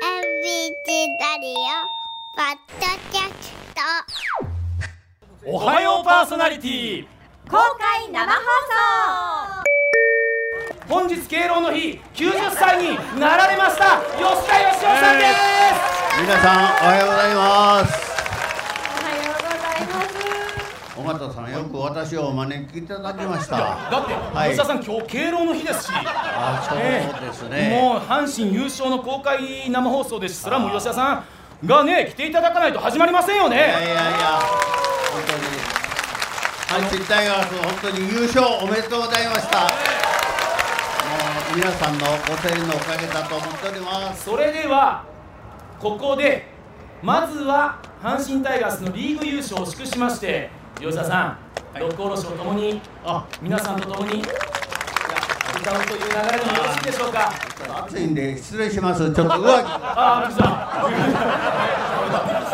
チラリオポッドキャストおはようパーソナリティ公開生放送本日敬老の日90歳になられました吉田義雄さんです皆さんおはようございますおはようございます尾形さんよく私をお招きいただきましただって、はい吉田さん今日敬老の日ですしあそうですね、もう阪神優勝の公開生放送ですしそれはもう吉田さんがね来ていただかないと始まりませんよいやいやねいや本当に阪神タイガース本当に優勝おめでとうございましたもう皆さんのご声援のおかげだと思っておりますそれではここでまずは阪神タイガースのリーグ優勝を祝しまして吉田さん、六甲おろしとともにあ皆さんとともに歌うという流れでもよろしいでしょうか暑いんで失礼しますちょっと上着あー、来た。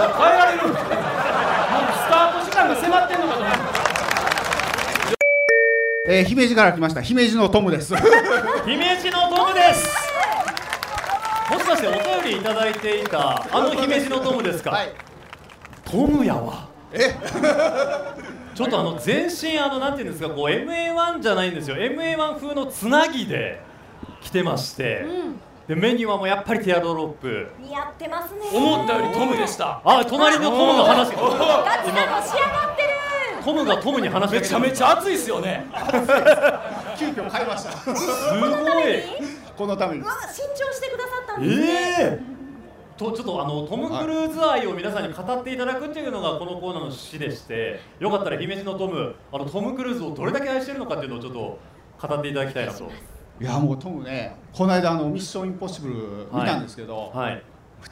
変えられる。もうスタート時間が迫ってんのかと思っえー、姫路から来ました姫路のトム です。た。姫路のトムです。もしかしてお便りいただいていたあの姫路のトムですか、はいトムやわえ ちょっとあの全身あのなんていうんですかこう MA1 じゃないんですよ MA1 風のつなぎで着てまして、でメニューはもうやっぱりティアドロップ似合ってますね思ったよりトムでした。あ隣のトムの話ガチなの仕上がってるトムがトムに話しめかちけゃてめちゃ暑いですよね。急遽買いました。 すごいえこのためにう。わ新調してくださったんですね、えとちょっとあのトム・クルーズ愛を皆さんに語っていただくっていうのがこのコーナーの趣旨でしてよかったら姫路のトムあのトム・クルーズをどれだけ愛してるのかっていうのをちょっと語っていただきたいなといやもうトムね、この間あのミッションインポッシブル見たんですけど、はいめ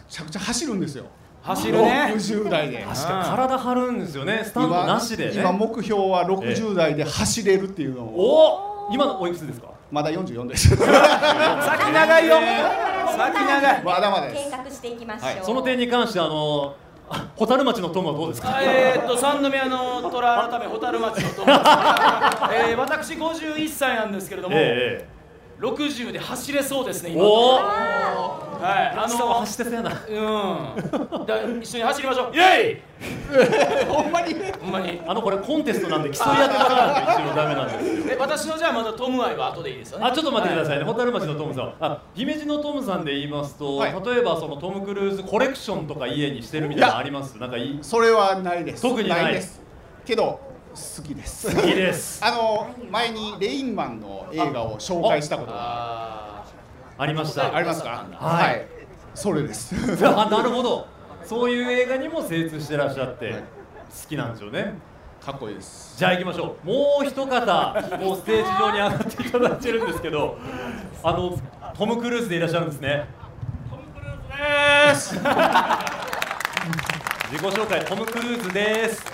ちゃくちゃ走るんですよ。走るね。 60代で。確か体張るんですよねスタンドなしで今ね目標は60代で走れるっていうのを、お今のおいくつですかまだ44です。 先長いよ。先長い。まだまだです見。学していきましょう、その点に関してあのあ蛍町のトムはどうですかえー、っと三宮の虎改め蛍町の トムです。えー、私51歳なんですけれども、え60で走れそうですねえ今。おおはい。ああのの。走ってそうやなうん、だ一緒に走りましょう、イエほんまに。イほんまにあのこれコンテストなんで競い合ってもらわないと一応ダメなんですよえ私のじゃあまたトム愛は後でいいですよねあちょっと待ってくださいね、は蛍町のトムさん、あ姫路のトムさんで言いますと、はい例えばそのトム・クルーズコレクションとか家にしてるみたいなのありますなんかいいそれはないです。特にないです。けど好きです。好きです。あの前にレインマンの映画を紹介したことがあありましあた。りますか。はいはい。それです。あなるほど、そういう映画にも精通してらっしゃって、はい好きなんですよね。かっこいいです。じゃあ行きましょう、もう一方、もうステージ上に上がっていただいてるんですけど、あのトム・クルーズでいらっしゃるんですね。ーです自己紹介トム・クルーズです。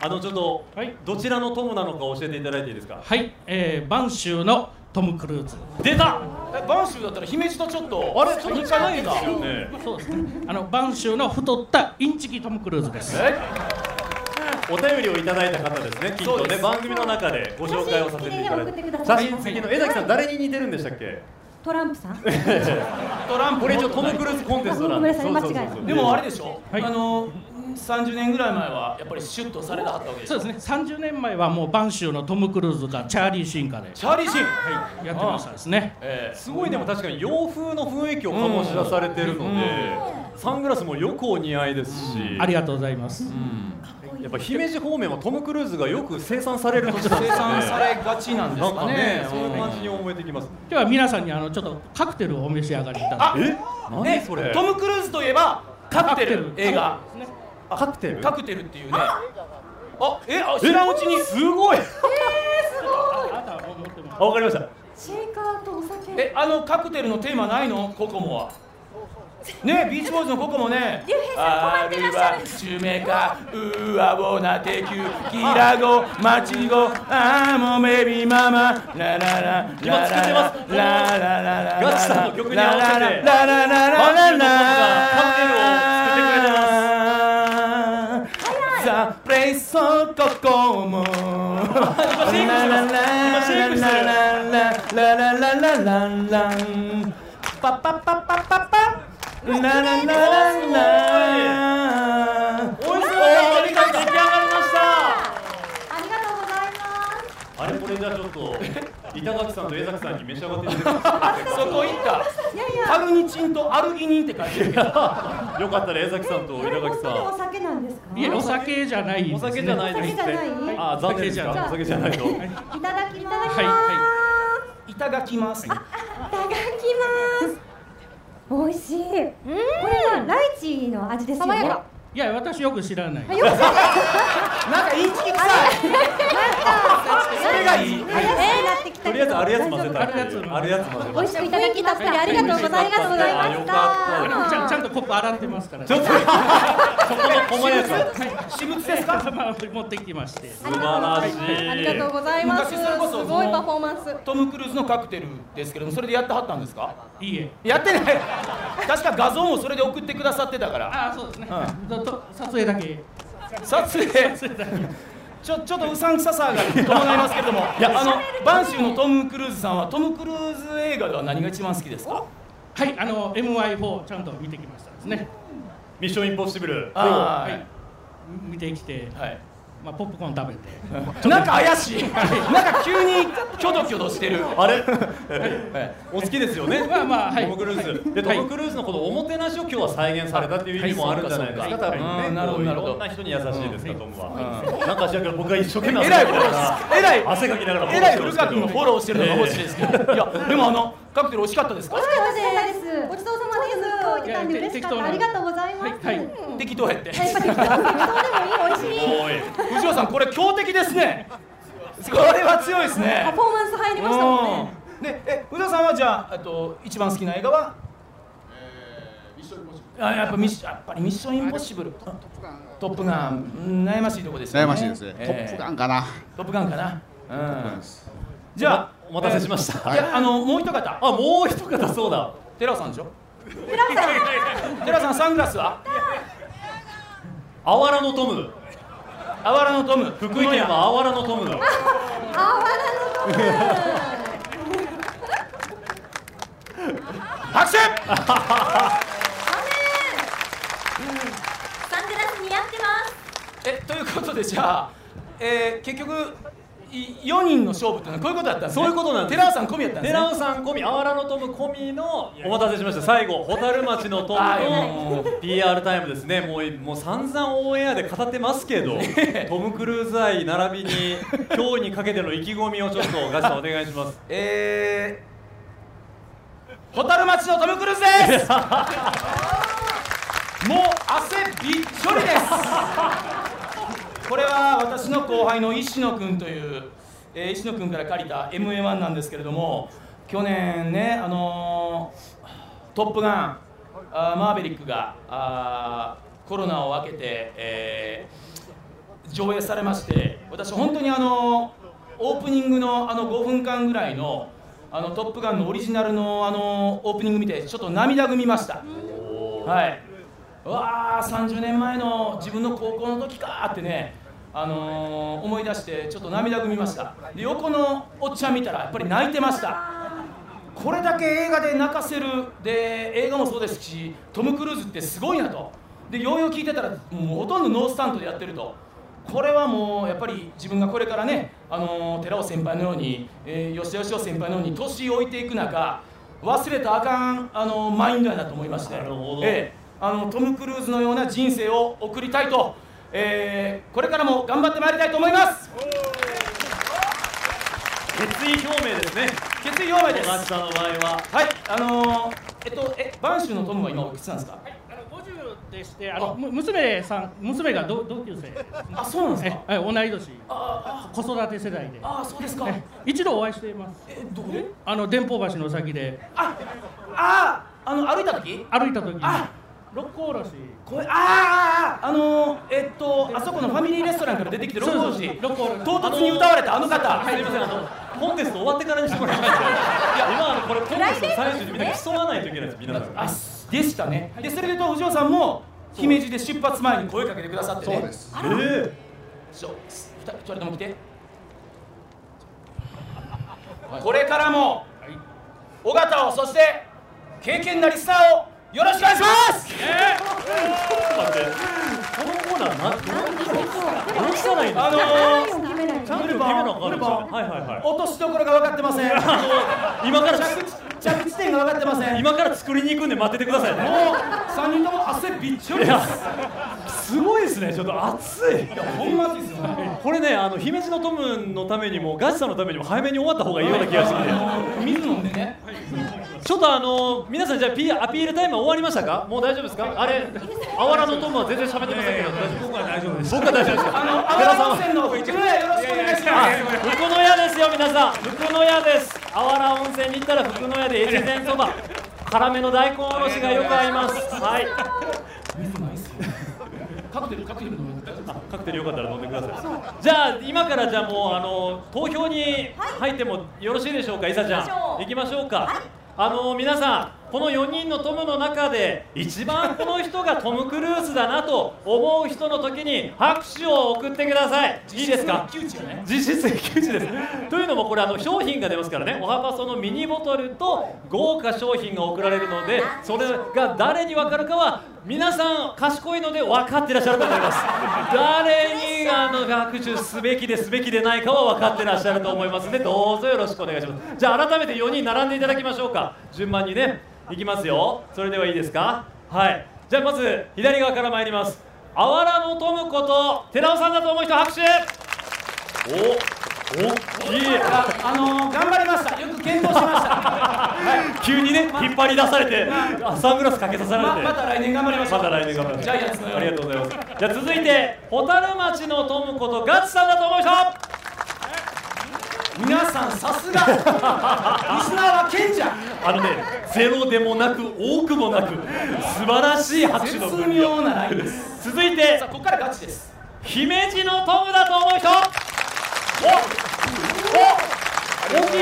あのちょっと、はいどちらのトムなのか教えていただいていいですか。はい、えー、播州のトム・クルーズ。出た。えバンシューだったら姫路とちょっとあれちょっと似ないなですよね。そうですね。あの播州の太ったインチキトム・クルーズです。えお便りをいただいた方ですね、きっそとうでね、す番組の中でご紹介をさせていただい写真付きで送ってくだて、さ写い真付きの江崎さん、誰に似てるんでしたっけ、トランプさんトランプこれ一応、トム・もっとクないルーズコンテストなんあごめんなさい間違えたでもあれでしょ、はいあの30年ぐらい前はやっぱりシュッとされなかったわけでしそょうですね。三十年前はもう播州のトム・クルーズがチャーリー・シンカで、チャーリーシーン、はい、やってましたですね。えすごいでも確かに洋風の雰囲気を醸し出されてるので、サングラスもよくお似合いですし、ありがとうございます。やっぱ姫路方面はトム・クルーズがよく生産される土地なんーで生すね産されがちなんでなすんかかねね、そういう感じに思えてきます。今日は皆さんにあのちょっとカクテルをお召し上がりいただあえね何それトム・クルーズといえばカクテル映画カクテルカクテルっていうねあえあ知らんうちにすごい あなたはもう持ってます。あ、わかりました。シェイカーとお酒えあのカクテルのテーマないのココモはねビーチボーイズのココモね竜兵さん困ってらっしゃるあるはチュメカウアボナテキュキラゴマチゴアーモメビママラララ今作ってますララララララガチさんの曲に合わせラてララララララララザ・プレイソー・ココモ今シェイクしてます今シェイクしてラるラララララランパパパパパパラララララおいしそうなおりが出来上がりましたありがとうございます。あれこれじゃあちょっと板垣さんと江崎さんに召し上がっていただきそこ行ったいやいや。カルニチンとアルギニンって書いてるけどますよかったら江崎さんとこ稲れ垣本当にさお酒なんですか。いやお酒じゃないんでおすね酒じゃないですってお酒じゃないあ残念ですかお酒じゃないといただきます。はいはいただきますいただきます。美味しい。これはライチの味ですよね。爽やよかいや私よく知らないろしいです。なんかインチキ臭いそれがいい。怪しくなってきたけとりあど。えずあるやつ混ぜたいあるやつ混ぜたあるやつ混ぜ美ま味すしくいただきました。ありがとうございました。あよかちゃんちゃんとコップ洗ってますからちょっとそこの細やか私物ですか持ってき まして素晴らしいありがとうございます。す昔それこそごいパフォーマンス。トム・クルーズのカクテルですけどもそれでやってはったんですかいいえやってない確か画像もそれで送ってくださってたからああそうですね、ずっと撮影だけ撮影ちょちょっとうさんくささが伴いますけれどもいやあのバンシューのトム・クルーズさんはトム・クルーズ映画では何が一番好きですかはいあの MY4 ちゃんと見てきましたですねミッションインポッシブルあはい見てきて、あはいまあ、ポップコーン食べてなんか怪しいなんか急にキョドキョドしてるあれお好きですよねまあまあはいトム・クルー ズでトはいム・クルーズのこのおもてなしを今日は再現されたっていう意味もあるんじゃないですか多はい分はねいなるほこうどないるほどろんな人に優しいですからトムはうんなんかしらんけど僕は一生懸命えらい汗フォロかきながーえらいらえら 汗かきながらい古川君のフォローしてるのが欲しいですけど、いやでもあのカクテル美味しかったですか美味しかったです。ごちそうさまです。ごいたんで嬉しかった。ありがとうございます。はいはい適当やってやっぱり適当でもいい美味しい。おい藤尾さんこれ強敵ですねこれは強いですパねフォーマンス入りましたもんね。うんでえ藤尾さんはじゃああと一番好きな映画はあやっぱミッシやっぱりミッションインポッシブルトップガンうん悩ましいとこですよね悩ましいですね。えトえップガンかな。トップガンかなうんすじゃあお待たせしましたえーいやあのもう一方あもう一方そうだ寺尾さんでしょ 寺尾さんサングラスはあわらのトムあわらのトム福福井県はあわらのトムだあわらのトム。拍手サングラス似合ってます。えということでじゃあ、えー、結局4人の勝負ってのはこういうことだったんですねそういうことなんです寺尾さん込みやったんですね寺尾さん込みあわらのトム込みのお待たせしました最後蛍町のトムはいの PR タイムですねもうもう散々オンエアで語ってますけどトム・クルーズ愛並びに今日にかけての意気込みをちょっとガチさんお願いしますえー、蛍町のトム・クルーズです もう汗びっちょりですこれは私の後輩の石野君という、えー石野君から借りた MA1 なんですけれども去年ねあのートップガン」あーマーヴェリックが」あーコロナを明けて、えー上映されまして私本当にあのオープニングのあの5分間ぐらいの「あのトップガン」のオリジナルのあのオープニング見てちょっと涙ぐみました。はいうわあ30年前の自分の高校の時かーってね、あのー思い出してちょっと涙ぐみましたで横のおっちゃん見たらやっぱり泣いてましたこれだけ映画で泣かせるで映画もそうですしトム・クルーズってすごいなとでようよう聞いてたらもうほとんどノースタントでやってるとこれはもうやっぱり自分がこれからね、あのー寺尾先輩のように、えー吉田義雄先輩のように年老いていく中忘れたらあかん、あのーマインドやなと思いましてなるほどええあのトム・クルーズのような人生を送りたいと、えーこれからも頑張ってまいりたいと思います決意表明ですね決意表明ガですチさんの場合ははいあのー、えっとえバンシューのトムは今おいくつなんですかあの50でしてあのむ娘さん娘が同同級生あそうなんでえすかはい同い年あ子育て世代であああそうですかえ一度お会いしていますえどこであの電報橋の先でああああの歩いた時歩いた時にあ六甲おろしこれあーあーあーあのー、えっとあそこのファミリーレストランから出てきてそう六甲そうおろし六甲おろし唐突に歌われたあの方すみませんあのコンテスト終わってからにしてもらいますかいや今あのこれコンテストの最中にみんな競わないといけないです皆さんあでしたねでそれでと藤尾さんも姫路で出発前に声かけてくださってねそうです。えそう二人二人とも来てこれからも尾形をそして経験なりスターをよろしくお願いしますパンこれパンはいはいはい落としどころが分かってません今から着地着地点が分かってませんもう今から作りに行くんで待っててくださいね3人とも汗びっちょりいでやすすごいですねちょっと熱いいやほんまですよねこれねあの姫路のトムのためにもガチさんのためにも早めに終わった方がいいような気がしてきあの水飲んでねてちょっとあの皆さんじゃあピアピールタイムは終わりましたかもう大丈夫ですかあれあわらのトムは全然喋ってませんけど僕は大丈夫です僕は大丈夫であすのか阿寺波さん温は泉の上へよろしくお願いしあます福の屋ですよ皆さん福の屋ですあわら温泉に行ったら福の屋で越前そば辛めの大根おろしがよく合いますはいカクテルカクテル飲んであカクテルよかったら飲んでくださいじゃあ今からじゃあもうあの投票に入ってもよろしいでしょうかいさちゃん行きましょうか、あの皆さんこの4人のトムの中で一番この人がトム・クルーズだなと思う人の時に拍手を送ってくださいいいですか窮地やね実質窮地ですというのもこれあの商品が出ますからねおはパそのミニボトルと豪華商品が送られるのでそれが誰に分かるかは皆さん賢いので分かってらっしゃると思います誰にあの学習すべきですべきでないかは分かってらっしゃると思いますのでどうぞよろしくお願いしますじゃあ改めて4人並んでいただきましょうか順番にねいきますよそれではいいですかはいじゃあまず左側から参りますあわらのトムこと寺尾さんだと思う人拍手お、お、いい。ああの頑張りましたよく検討しました急にね、引っ張り出されて、あサングラスかけさせられまて。また来年頑張りましょうまた来年頑張りましょうジャイアンツのようあにりがとうございます。じゃあ続いて、蛍町のトムことガチさんだと思う人。皆さんさすがリスナーは賢者あのね、ゼロでもなく、多くもなく、素晴らしい拍手の絶分量。妙なラインです続いてさあ、ここからガチです姫路のトムだと思う人。お、お、大きい。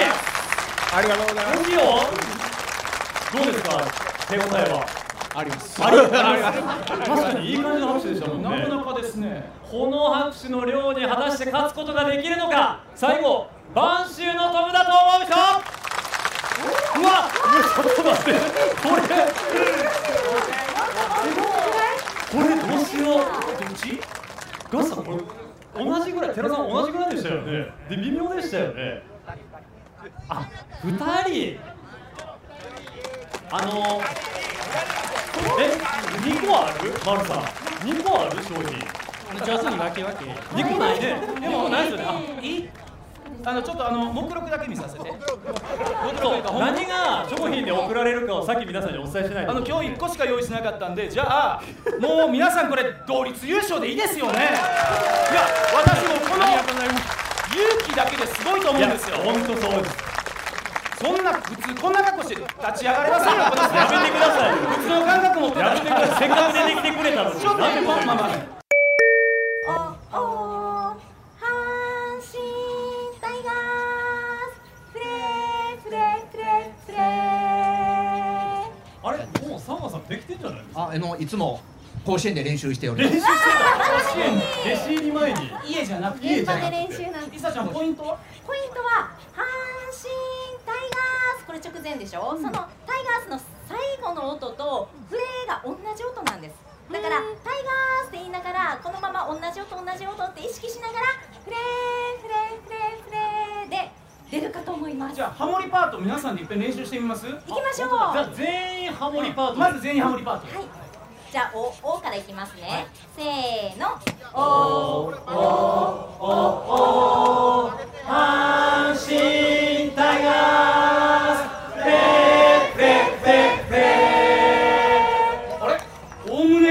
ありがとうございます大きいよ。どうですか、手応えは。ありますありがとうございます。確かにいい感じの拍手でしたもんね。なかなかですねこの拍手の量に果たして勝つことができるのか最後晩秋のトムだと思う人うわちょっと待ってこれこれどうしようどっちガスさんこれ同じぐらい寺さん同じぐらいでしたよねで微妙でしたよねあ二人あのえ二個ある丸さん二個ある商品上手に分け分け二個ないね。でもないですよね。いいあのちょっとあの目録だけ見させてあそう何が商品で送られるかをさっき皆さんにお伝えしないと。あの今日1個しか用意しなかったんでじゃあもう皆さんこれ同率優勝でいいですよねいや私もこの勇気だけですごいと思うんですよいや本当そうです。そんな普通こんな格好して立ち上がれませんよ私やめてください。普通の感覚持ってやめてください。せっかく出てきてくれたのに。ちょっとなんでこまんまなまあおお阪神タイガースフレーフレーフレーフレーあれもうサンマさんできてんじゃないですか。ああのいつも甲子園で練習しており練ます習してた。弟子入り前に。家じゃなくて現場で練習なんでいすさちゃんポイントはポイントは阪神タイガースこれ直前でしょ、そのタイガースの最後の音とフレーが同じ音なんですだからタイガースって言いながらこのまま同じ音同じ音って意識しながらフレーフレーフレーフレーで出るかと思いますじゃあハモリパート皆さんでいっぺん練習してみます行きましょうじはゃあ全員ハモリパート。まず全員ハモリパートいじゃあおおからいきますね、せーの阪神タイガース。あれおおむ